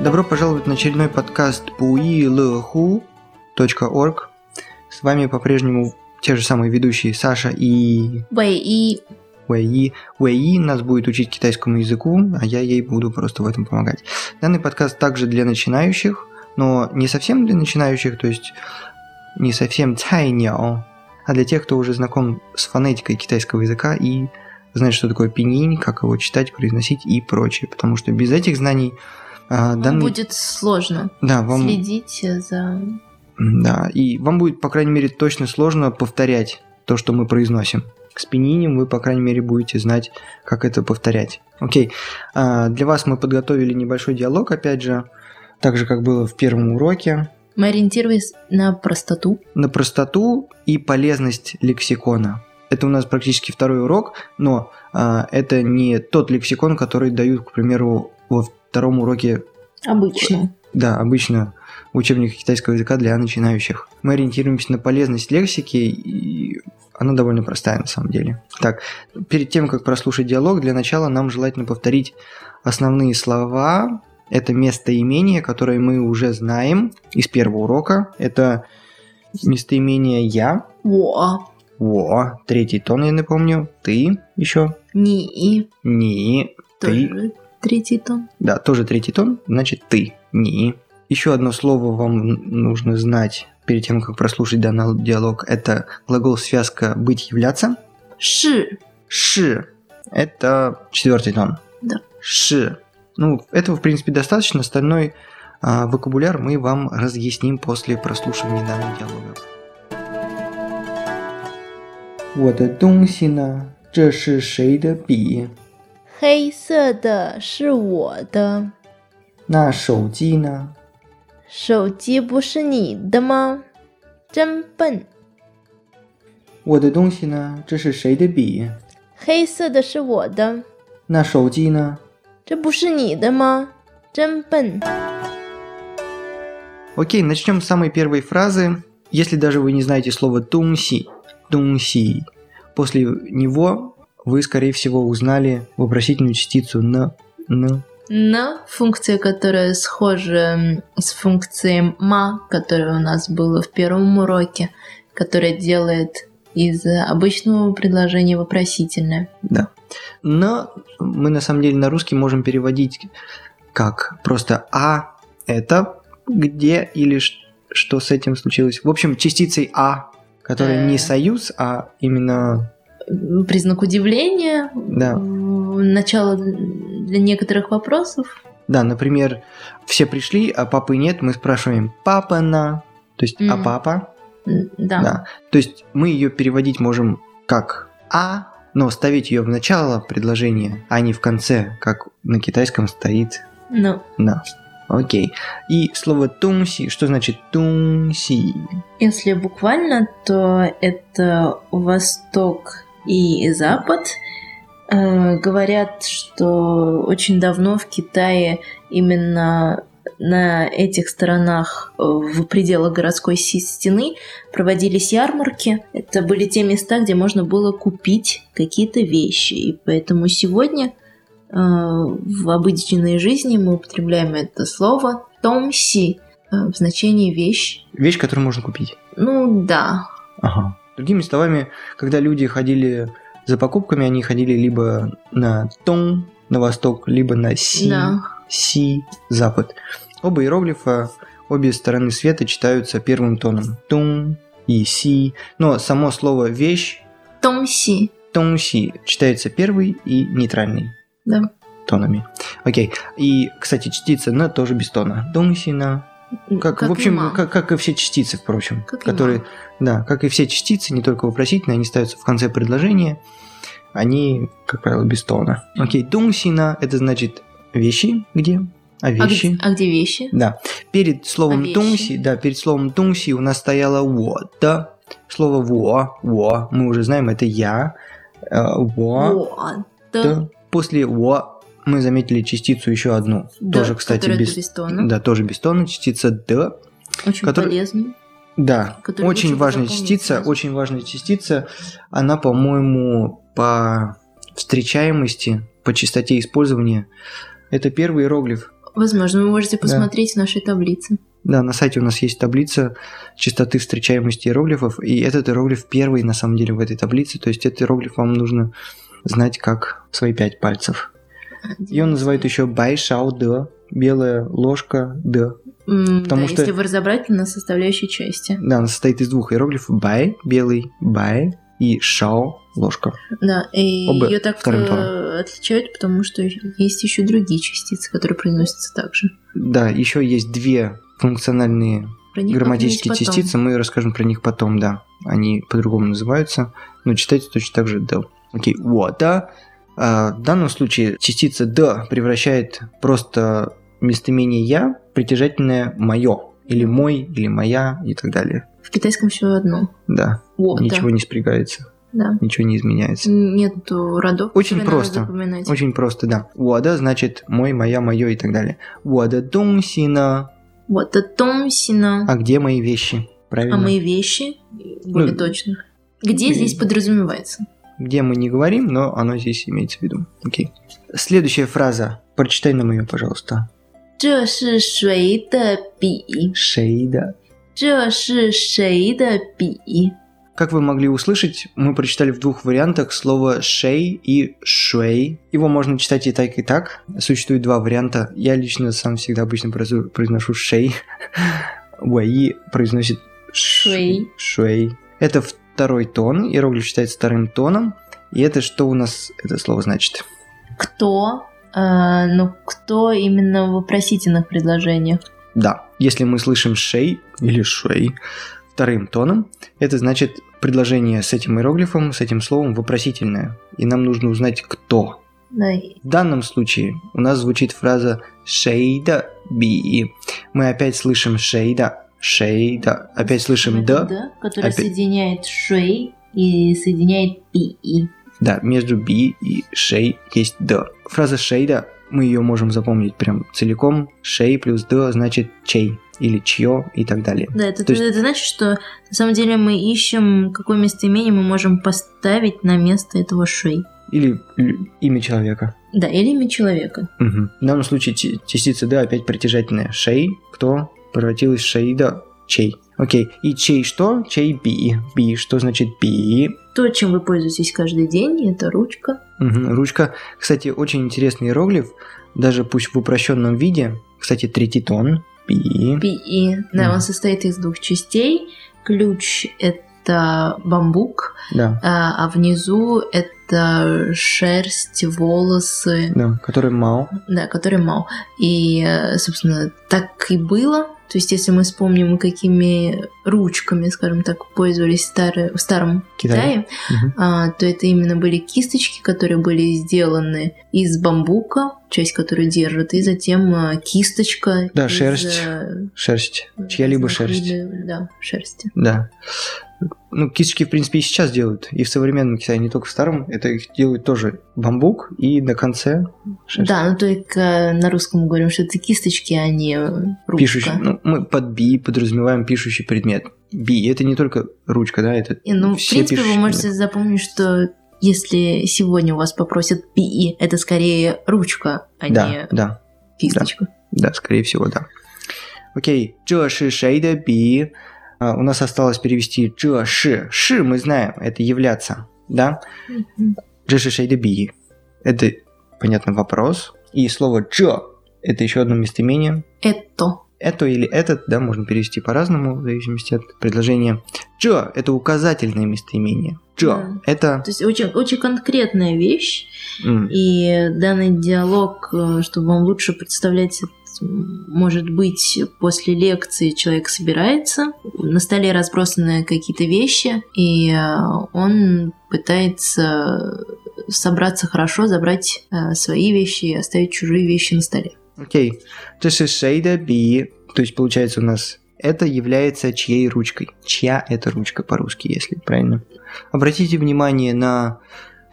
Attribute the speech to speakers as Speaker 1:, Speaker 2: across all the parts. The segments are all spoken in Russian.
Speaker 1: Добро пожаловать на очередной подкаст puilhu.org. С вами по-прежнему те же самые ведущие Саша и
Speaker 2: Вэй И.
Speaker 1: Уэйи. Уэйи нас будет учить китайскому языку, а я ей буду просто в этом помогать. Данный подкаст также для начинающих, но не совсем для начинающих, то есть не совсем цайняо, а для тех, кто уже знаком с фонетикой китайского языка и знает, что такое пининь, как его читать, произносить и прочее. Потому что без этих знаний а, данный...
Speaker 2: Будет сложно
Speaker 1: да, вам...
Speaker 2: следить за...
Speaker 1: Да, и вам будет, по крайней мере, точно сложно повторять то, что мы произносим. С пенинем вы, по крайней мере, будете знать, как это повторять. Окей, а, для вас мы подготовили небольшой диалог, опять же, так же, как было в первом уроке,
Speaker 2: Мы ориентировались на простоту.
Speaker 1: на простоту и полезность лексикона. Это у нас практически второй урок, но а, это не тот лексикон, который дают, к примеру, во втором уроке
Speaker 2: Обычно.
Speaker 1: Да, обычно учебник китайского языка для начинающих. Мы ориентируемся на полезность лексики, и она довольно простая на самом деле. Так, перед тем, как прослушать диалог, для начала нам желательно повторить основные слова. Это местоимение, которое мы уже знаем из первого урока. Это местоимение «я»,
Speaker 2: Во,
Speaker 1: «во», третий тон, я напомню, «ты» еще,
Speaker 2: ни,
Speaker 1: «ни», «ты»,
Speaker 2: тоже третий тон.
Speaker 1: Да, тоже третий тон, значит ты, не. Еще одно слово вам нужно знать перед тем, как прослушать данный диалог. Это глагол связка быть являться.
Speaker 2: Ши,
Speaker 1: Ши – это четвертый тон.
Speaker 2: Да.
Speaker 1: Ши. Ну, этого, в принципе, достаточно. Остальной а, вокабуляр мы вам разъясним после прослушивания данного диалога. 我的东西呢？这是谁的笔？
Speaker 2: 黑色的是我的，
Speaker 1: 那手机呢？
Speaker 2: 手机不是你的吗？真笨，
Speaker 1: 我的东西呢？这是谁的笔？
Speaker 2: 黑色的是我的，
Speaker 1: 那手机呢
Speaker 2: 这不是你的吗？真笨。
Speaker 1: ？Окей, начнем с самой первой фразы. Если даже вы не знаете слово «тунси», «тунси», после него вы, скорее всего, узнали вопросительную частицу «на», «на».
Speaker 2: На функция, которая схожа м, с функцией ма, которая у нас была в первом уроке, которая делает из э, обычного предложения вопросительное.
Speaker 1: «На» мы, на самом деле, на русский можем переводить как просто «а» – это где или ш- что с этим случилось. В общем, частицей «а», которая не
Speaker 2: Э.
Speaker 1: союз, а именно,
Speaker 2: М, Признак удивления,
Speaker 1: да,
Speaker 2: м, начало для некоторых вопросов.
Speaker 1: Да, например, все пришли, а папы нет, мы спрашиваем папа на, то есть а
Speaker 2: Мгм.
Speaker 1: папа,
Speaker 2: М, Да.
Speaker 1: да. То есть мы ее переводить можем как а, но ставить ее в начало предложения, а не в конце, как на китайском стоит
Speaker 2: Ну,
Speaker 1: на. Окей. И слово тунси, что значит тунси?
Speaker 2: если буквально, то это Восток и Запад. Э, говорят, что очень давно в Китае именно на этих сторонах э, в пределах городской си- стены проводились ярмарки. Это были те места, где можно было купить какие-то вещи. И поэтому сегодня э, в обыденной жизни мы употребляем это слово «томси» э, в значении «вещь».
Speaker 1: Вещь, которую можно купить.
Speaker 2: Ну да,
Speaker 1: Ага. Другими словами, когда люди ходили за покупками, они ходили либо на тон, на восток, либо на си,
Speaker 2: да.
Speaker 1: Си, Запад. Оба иероглифа, обе стороны света читаются первым тоном. Тун и Си. Но само слово «вещь»
Speaker 2: Томси.
Speaker 1: Тун Си читается первый и нейтральный.
Speaker 2: Да.
Speaker 1: Тонами. Окей. И, кстати, частица «на» тоже без тона. Тун Си «на». Как, в общем,
Speaker 2: нема.
Speaker 1: как, как и все частицы, впрочем.
Speaker 2: Как и
Speaker 1: которые,
Speaker 2: ма.
Speaker 1: да, как и все частицы, не только вопросительные, они ставятся в конце предложения. Они, как правило, без тона. Окей. Тун Си «на» – это значит «вещи» где? А
Speaker 2: А г-
Speaker 1: вещи?
Speaker 2: А, где вещи?
Speaker 1: Да. Перед словом
Speaker 2: Овечьи.
Speaker 1: тунси, да, перед словом тунси у нас стояло вот, да. Слово во, во, мы уже знаем, это я. Э, Во,
Speaker 2: Вот.
Speaker 1: да. После во мы заметили частицу еще одну.
Speaker 2: Да,
Speaker 1: тоже, кстати,
Speaker 2: которая
Speaker 1: без,
Speaker 2: без тона.
Speaker 1: да, тоже без тона. Частица д.
Speaker 2: Очень
Speaker 1: который-
Speaker 2: полезный.
Speaker 1: Да.
Speaker 2: Которую
Speaker 1: очень
Speaker 2: лучше
Speaker 1: важная
Speaker 2: запомнить
Speaker 1: частица.
Speaker 2: сразу.
Speaker 1: Очень важная частица. Она, по-моему, по встречаемости, по частоте использования. Это первый иероглиф.
Speaker 2: Возможно, вы можете посмотреть в нашей таблице.
Speaker 1: Да, на сайте у нас есть таблица частоты встречаемости иероглифов, и этот иероглиф первый на самом деле в этой таблице, то есть этот иероглиф вам нужно знать как свои пять пальцев. Ее называют еще байшао де, белая ложка де.
Speaker 2: М,
Speaker 1: потому
Speaker 2: да,
Speaker 1: что-
Speaker 2: если вы разобрать на составляющей части.
Speaker 1: Да, она состоит из двух иероглифов бай, белый, бай и шао, ложка.
Speaker 2: Да, и
Speaker 1: Оба
Speaker 2: ее так
Speaker 1: вторым
Speaker 2: э,
Speaker 1: тоном.
Speaker 2: отличают, потому что есть еще другие частицы, которые произносятся также.
Speaker 1: Да, еще есть две функциональные
Speaker 2: Про них
Speaker 1: грамматические
Speaker 2: как-нибудь потом.
Speaker 1: частицы, мы расскажем про них потом, да. Они по-другому называются, но читайте точно так же «да». Окей, вот, да. А, в данном случае частица «да» превращает просто местоимение «я» в притяжательное «моё», или «мой», или «моя» и так далее.
Speaker 2: В китайском все одно.
Speaker 1: Да,
Speaker 2: Вот.
Speaker 1: ничего не спрягается,
Speaker 2: Да.
Speaker 1: ничего не изменяется.
Speaker 2: Нету родов.
Speaker 1: Очень
Speaker 2: которые надо
Speaker 1: просто.
Speaker 2: запоминать.
Speaker 1: Очень просто, да. «Вода» значит «мой», «моя», «моё» и так далее. «Вода донсина».
Speaker 2: Вот это сина.
Speaker 1: А где мои вещи? Правильно.
Speaker 2: А мои вещи, более
Speaker 1: Ну,
Speaker 2: точно. Где
Speaker 1: и-
Speaker 2: здесь подразумевается?
Speaker 1: где мы не говорим, но оно здесь имеется в виду. Окей. Следующая фраза. Прочитай нам ее, пожалуйста.
Speaker 2: 这是谁的笔?
Speaker 1: Шейда.
Speaker 2: 这是谁的笔?
Speaker 1: Как вы могли услышать, мы прочитали в двух вариантах слово «шей» и «шуэй». Его можно читать и так, и так. Существует два варианта. Я лично сам всегда обычно произу- произношу «шей». «Уэй» произносит «ш-
Speaker 2: Шуэй.
Speaker 1: «шуэй». Это второй тон. Иероглиф считается вторым тоном. И это что у нас это слово значит?
Speaker 2: Кто? А, ну, кто именно в вопросительных предложениях?
Speaker 1: Да, если мы слышим шей или шей вторым тоном, это значит предложение с этим иероглифом, с этим словом вопросительное, и нам нужно узнать кто.
Speaker 2: Да, и-
Speaker 1: В данном случае у нас звучит фраза шейда би. Мы опять слышим шейда, шейда, опять слышим
Speaker 2: это
Speaker 1: да,
Speaker 2: который
Speaker 1: Опять.
Speaker 2: соединяет шей и соединяет пи.
Speaker 1: да, между би и шей есть да. Фраза шейда, мы ее можем запомнить прям целиком. Шей плюс да значит чей или чье и так далее.
Speaker 2: Да, это,
Speaker 1: То есть-
Speaker 2: это значит, что на самом деле мы ищем, какое местоимение мы можем поставить на место этого шей.
Speaker 1: Или лю- имя человека.
Speaker 2: Да, или имя человека.
Speaker 1: Мгм. В данном случае ти- частица «да» опять притяжательная. Шей, кто? Превратилась в шейда, чей. Окей, и чей что? Чей би. Би, что значит би?
Speaker 2: То, чем вы пользуетесь каждый день, это ручка.
Speaker 1: Мгм. Ручка, кстати, очень интересный иероглиф, даже пусть в упрощенном виде. Кстати, третий тон, би.
Speaker 2: Пи. Да,
Speaker 1: Мгм.
Speaker 2: он состоит из двух частей. Ключ – это бамбук,
Speaker 1: Да,
Speaker 2: а, а внизу это шерсть, волосы,
Speaker 1: да, который мал.
Speaker 2: да, который мал. И, э, собственно, так и было. То есть, если мы вспомним, какими ручками, скажем так, пользовались старые, в старом
Speaker 1: Китае.
Speaker 2: Китае,
Speaker 1: Мгм.
Speaker 2: а, то это именно были кисточки, которые были сделаны из бамбука, часть которой держат, и затем а, кисточка.
Speaker 1: Да,
Speaker 2: из,
Speaker 1: шерсть.
Speaker 2: э,
Speaker 1: Шерсть. Чья-либо
Speaker 2: разных
Speaker 1: шерсть.
Speaker 2: видов, Да, шерсти.
Speaker 1: Да. Ну, кисточки, в принципе, и сейчас делают. И в современном Китае, не только в старом. Это их делают тоже бамбук и на конце шерсть.
Speaker 2: Да, но только на русском мы говорим, что это кисточки, а не э, ручка.
Speaker 1: Пишущий, ну, мы под би подразумеваем пишущий предмет. Би это не только ручка, да, это
Speaker 2: И, ну, в
Speaker 1: все
Speaker 2: принципе, вы
Speaker 1: пишущие
Speaker 2: можете запомнить, что если сегодня у вас попросят пи, это скорее ручка, а
Speaker 1: предметы.
Speaker 2: не
Speaker 1: Да, да,
Speaker 2: кисточка.
Speaker 1: да, скорее всего, да. Окей, ши шейда би. А, у нас осталось перевести ши. Ши мы знаем, это являться, да?
Speaker 2: Мгм.
Speaker 1: ши шейда би. Это, понятно, вопрос. И слово джо это еще одно местоимение,
Speaker 2: Это.
Speaker 1: это или этот, да, можно перевести по-разному, в зависимости от предложения. Джо – это указательное местоимение. Джо
Speaker 2: Да.
Speaker 1: это...
Speaker 2: То есть очень, очень конкретная вещь,
Speaker 1: м,
Speaker 2: и данный диалог, э, чтобы вам лучше представлять, это, м, может быть, после лекции человек собирается, на столе разбросаны какие-то вещи, и э, он пытается собраться хорошо, забрать э, свои вещи и оставить чужие вещи на столе.
Speaker 1: Окей. This is shade B. То есть, получается, у нас это является чьей ручкой. Чья это ручка по-русски, если правильно. Обратите внимание на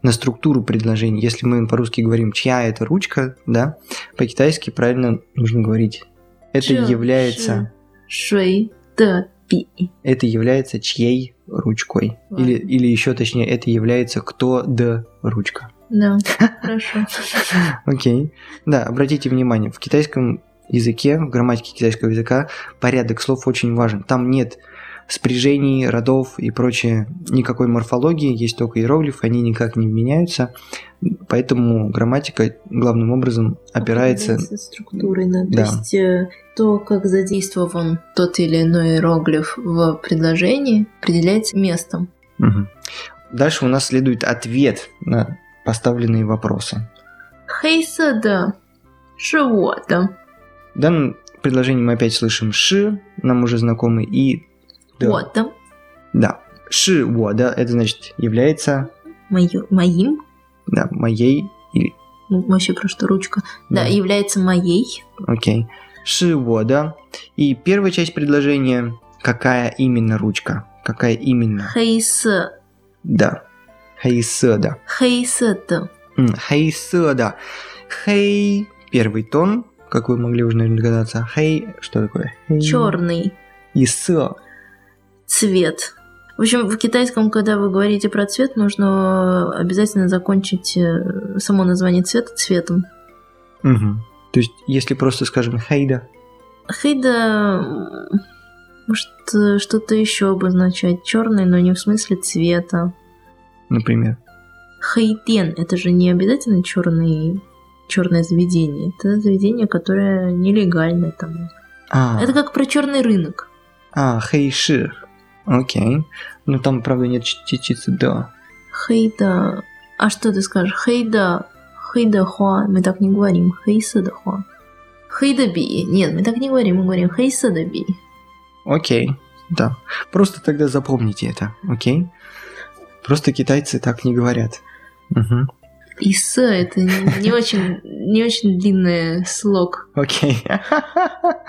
Speaker 1: на структуру предложений. Если мы по-русски говорим «чья это ручка», да, по-китайски правильно нужно говорить «это
Speaker 2: Чё,
Speaker 1: является»,
Speaker 2: Шей да пи.
Speaker 1: «это является чьей ручкой».
Speaker 2: Ладно.
Speaker 1: Или, или еще точнее «это является кто да ручка».
Speaker 2: Да, хорошо.
Speaker 1: Окей. Да, обратите внимание, в китайском языке, в грамматике китайского языка, порядок слов очень важен. Там нет спряжений, родов и прочее. Никакой морфологии, есть только иероглифы, они никак не меняются. Поэтому грамматика главным образом опирается...
Speaker 2: Определяется структурой, да. То есть э, то, как задействован тот или иной иероглиф в предложении, определяется местом.
Speaker 1: Мгм. Дальше у нас следует ответ на поставленные вопросы.
Speaker 2: 黑色的是我的，
Speaker 1: В данном предложении мы опять слышим «ши», нам уже знакомый, и «да».
Speaker 2: 我的
Speaker 1: Да. «Ши во», да, это значит является
Speaker 2: мою, моим,
Speaker 1: да, моей или
Speaker 2: ну, вообще просто ручка, да,
Speaker 1: Да.
Speaker 2: является моей.
Speaker 1: Окей. Ши во, да. И первая часть предложения какая именно ручка? Какая именно?
Speaker 2: 黑色
Speaker 1: Да. Хэйсэ, да.
Speaker 2: 黑色的
Speaker 1: М, Хэйсэ, да. Хэй первый тон, как вы могли уже, наверное, догадаться. Хэй, что такое? Хэй.
Speaker 2: черный
Speaker 1: И сэ.
Speaker 2: цвет. В общем, в китайском, когда вы говорите про цвет, нужно обязательно закончить э, само название цвета цветом.
Speaker 1: Мгм. То есть, если просто скажем хейда,
Speaker 2: Хейда м, может э, что-то еще обозначать. Черный, но не в смысле цвета.
Speaker 1: например.
Speaker 2: Хейден это же не обязательно черный черное заведение. Это заведение, которое нелегальное там.
Speaker 1: А,
Speaker 2: Это как про черный рынок.
Speaker 1: а хэйши. Окей. Но там, правда, нет ч- частицы да.
Speaker 2: Хейда. А что ты скажешь? Хейда. Хейда хуа. Мы так не говорим. Хейса да хуа. Хейда би. Нет, мы так не говорим. Мы говорим хейса да би.
Speaker 1: Окей, да. Просто тогда запомните это, окей? Просто китайцы так не говорят. Мгм.
Speaker 2: И с это не, не очень, не очень длинный слог.
Speaker 1: Окей.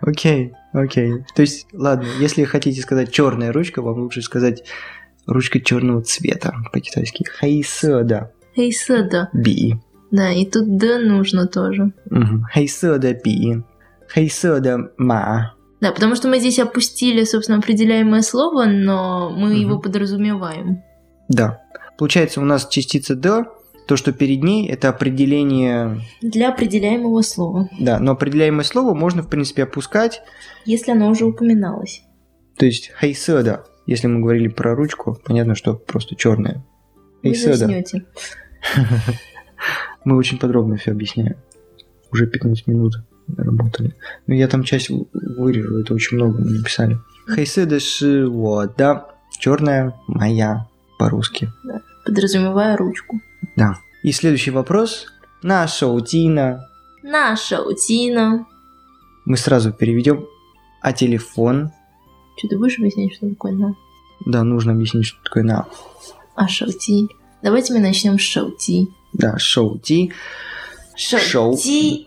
Speaker 1: Окей, окей. То есть, ладно, если хотите сказать черная ручка, вам лучше сказать ручка черного цвета по-китайски. Хайсода
Speaker 2: Хейса да.
Speaker 1: би.
Speaker 2: Да, и тут да нужно тоже.
Speaker 1: Мгм. Хайсода би. Хайсода ма.
Speaker 2: Да, потому что мы здесь опустили, собственно, определяемое слово, но мы
Speaker 1: Мгм.
Speaker 2: его подразумеваем.
Speaker 1: Да. Получается, у нас частица да, то, что перед ней, это определение...
Speaker 2: Для определяемого слова,
Speaker 1: Да, но определяемое слово можно, в принципе, опускать,
Speaker 2: если оно уже упоминалось.
Speaker 1: То есть хайседа, если мы говорили про ручку, понятно, что просто черная.
Speaker 2: Вы
Speaker 1: Хайседа.
Speaker 2: заснете.
Speaker 1: Мы очень подробно все объясняем. Уже 15 минут работали. Но я там часть вы- вырежу, это очень много мы написали. Хайседа шиво, да, черная моя по-русски.
Speaker 2: Подразумевая ручку.
Speaker 1: И следующий вопрос. На шоутина.
Speaker 2: Наша утина.
Speaker 1: Мы сразу переведем. А телефон?
Speaker 2: Что ты будешь объяснять, что такое на?
Speaker 1: Да, нужно объяснить, что такое на.
Speaker 2: А шоути. Давайте мы начнем с шоути.
Speaker 1: Да, шоути. Шоу.
Speaker 2: Шоути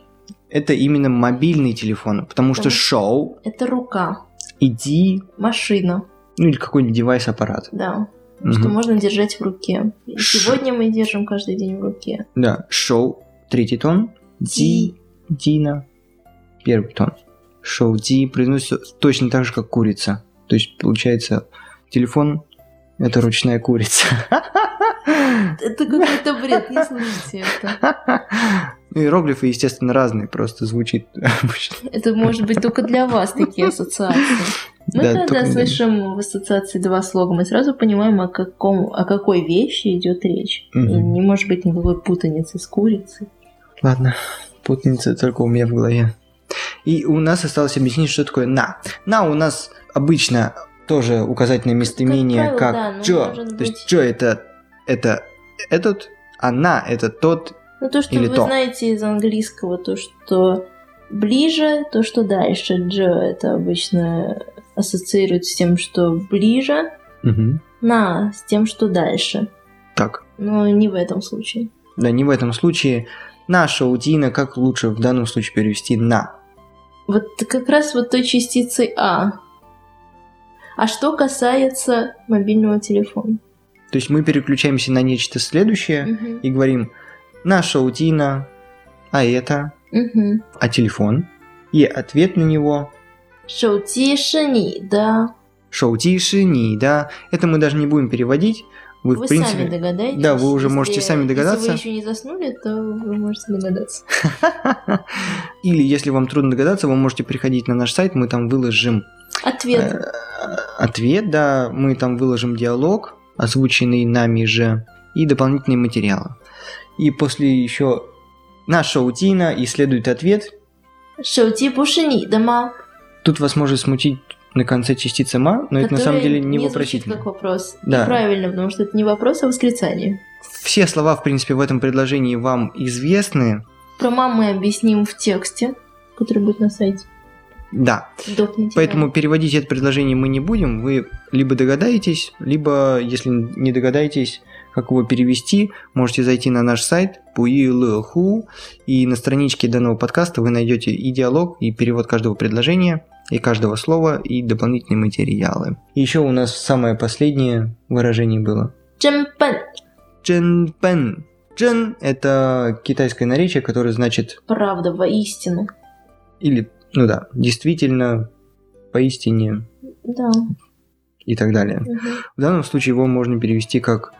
Speaker 1: Это именно мобильный телефон, потому что
Speaker 2: Мгм.
Speaker 1: шоу
Speaker 2: это рука,
Speaker 1: иди,
Speaker 2: машина,
Speaker 1: ну или какой-нибудь девайс-аппарат.
Speaker 2: да, что
Speaker 1: Мгм.
Speaker 2: можно держать в руке. И
Speaker 1: Ш-
Speaker 2: сегодня мы держим каждый день в руке.
Speaker 1: Да, шоу, третий тон, ди, дина, первый тон. Шоу ди произносится точно так же, как курица. То есть, получается, телефон – это ручная курица.
Speaker 2: Это какой-то бред, не слушайте это.
Speaker 1: Ну, иероглифы, естественно, разные, просто звучит обычно.
Speaker 2: Это может быть только для вас такие ассоциации. Мы
Speaker 1: Да, только
Speaker 2: когда
Speaker 1: не-
Speaker 2: слышим в ассоциации два слога, мы сразу понимаем, о, каком, о какой вещи идет речь. И
Speaker 1: Мгм.
Speaker 2: не может быть никакой путаницы с курицей.
Speaker 1: Ладно, путаница только у меня в голове. И у нас осталось объяснить, что такое «на». «На» у нас обычно тоже указательное местоимение,
Speaker 2: Ну, правило,
Speaker 1: как,
Speaker 2: да, ну,
Speaker 1: «чё».
Speaker 2: может
Speaker 1: То есть
Speaker 2: быть.
Speaker 1: «чё» это, это этот, а «на» это тот.
Speaker 2: Ну, то, что
Speaker 1: Или
Speaker 2: вы
Speaker 1: то.
Speaker 2: знаете из английского, то, что ближе, то, что дальше. Дж это обычно ассоциируется с тем, что ближе, на с тем, что дальше.
Speaker 1: Так,
Speaker 2: Но не в этом случае.
Speaker 1: да не в этом случае. «Наша Удина» как лучше в данном случае перевести «на».
Speaker 2: Вот как раз вот той частицы А. А что касается мобильного телефона?
Speaker 1: То есть мы переключаемся на нечто следующее
Speaker 2: Мгм.
Speaker 1: и говорим «наша Удина», а это,
Speaker 2: Мгм.
Speaker 1: а телефон, и ответ на него –
Speaker 2: Шоути шини, да.
Speaker 1: шоутиши, ни, да. Это мы даже не будем переводить. Вы,
Speaker 2: Вы,
Speaker 1: в
Speaker 2: сами
Speaker 1: принципе...
Speaker 2: догадаетесь.
Speaker 1: да, вы уже можете сами догадаться.
Speaker 2: Если вы еще не заснули, то вы можете догадаться.
Speaker 1: Или, если вам трудно догадаться, вы можете приходить на наш сайт, мы там выложим
Speaker 2: Ответ.
Speaker 1: э, ответ, да, мы там выложим диалог, озвученный нами же, и дополнительные материалы. И после еще наша утина и следует ответ.
Speaker 2: 手机不是你的吗？
Speaker 1: Тут вас может смутить на конце частица «ма», но это на самом
Speaker 2: Который
Speaker 1: деле не
Speaker 2: звучит
Speaker 1: вопросительно.
Speaker 2: как вопрос.
Speaker 1: Да.
Speaker 2: Правильно, потому что это не вопрос, а восклицание.
Speaker 1: Все слова, в принципе, в этом предложении вам известны.
Speaker 2: Про мам мы объясним в тексте, который будет на сайте.
Speaker 1: Да,
Speaker 2: Доп. материал.
Speaker 1: поэтому переводить это предложение мы не будем. Вы либо догадаетесь, либо, если не догадаетесь, как его перевести, можете зайти на наш сайт puilahu, и на страничке данного подкаста вы найдете и диалог, и перевод каждого предложения, и каждого слова, и дополнительные материалы. Еще у нас самое последнее выражение было.
Speaker 2: 真笨，
Speaker 1: Джен Пен. Джен – это китайское наречие, которое значит
Speaker 2: правда, воистину.
Speaker 1: или, ну да, действительно, поистине
Speaker 2: Да.
Speaker 1: и так далее.
Speaker 2: мгм.
Speaker 1: В данном случае его можно перевести как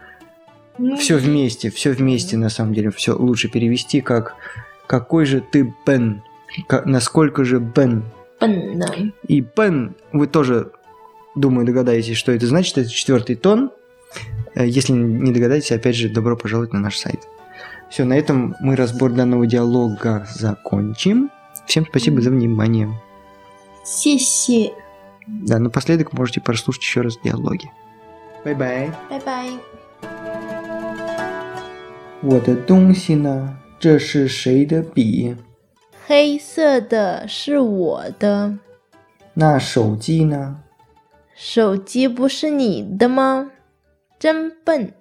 Speaker 2: Ну,
Speaker 1: все вместе, все вместе на самом деле, все лучше перевести как какой же ты Пен, Ка- насколько же Бен.
Speaker 2: Пэн, да.
Speaker 1: И Пен, вы тоже, думаю, догадаетесь, что это значит, это четвертый тон. Э, Если не догадаетесь, опять же, добро пожаловать на наш сайт. Все, на этом мы разбор данного диалога закончим. Всем спасибо за внимание.
Speaker 2: 谢谢，
Speaker 1: Да, напоследок можете прослушать еще раз диалоги. Бай-бай.
Speaker 2: 拜拜。
Speaker 1: 我的东西呢？这是谁的笔？
Speaker 2: 黑色的是我的，
Speaker 1: 那手机呢？
Speaker 2: 手机不是你的吗？真笨。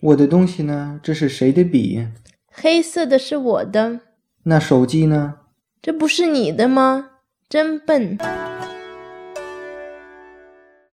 Speaker 1: 我的东西呢？这是谁的笔？
Speaker 2: 黑色的是我的，
Speaker 1: 那手机呢？
Speaker 2: 这不是你的吗？真笨。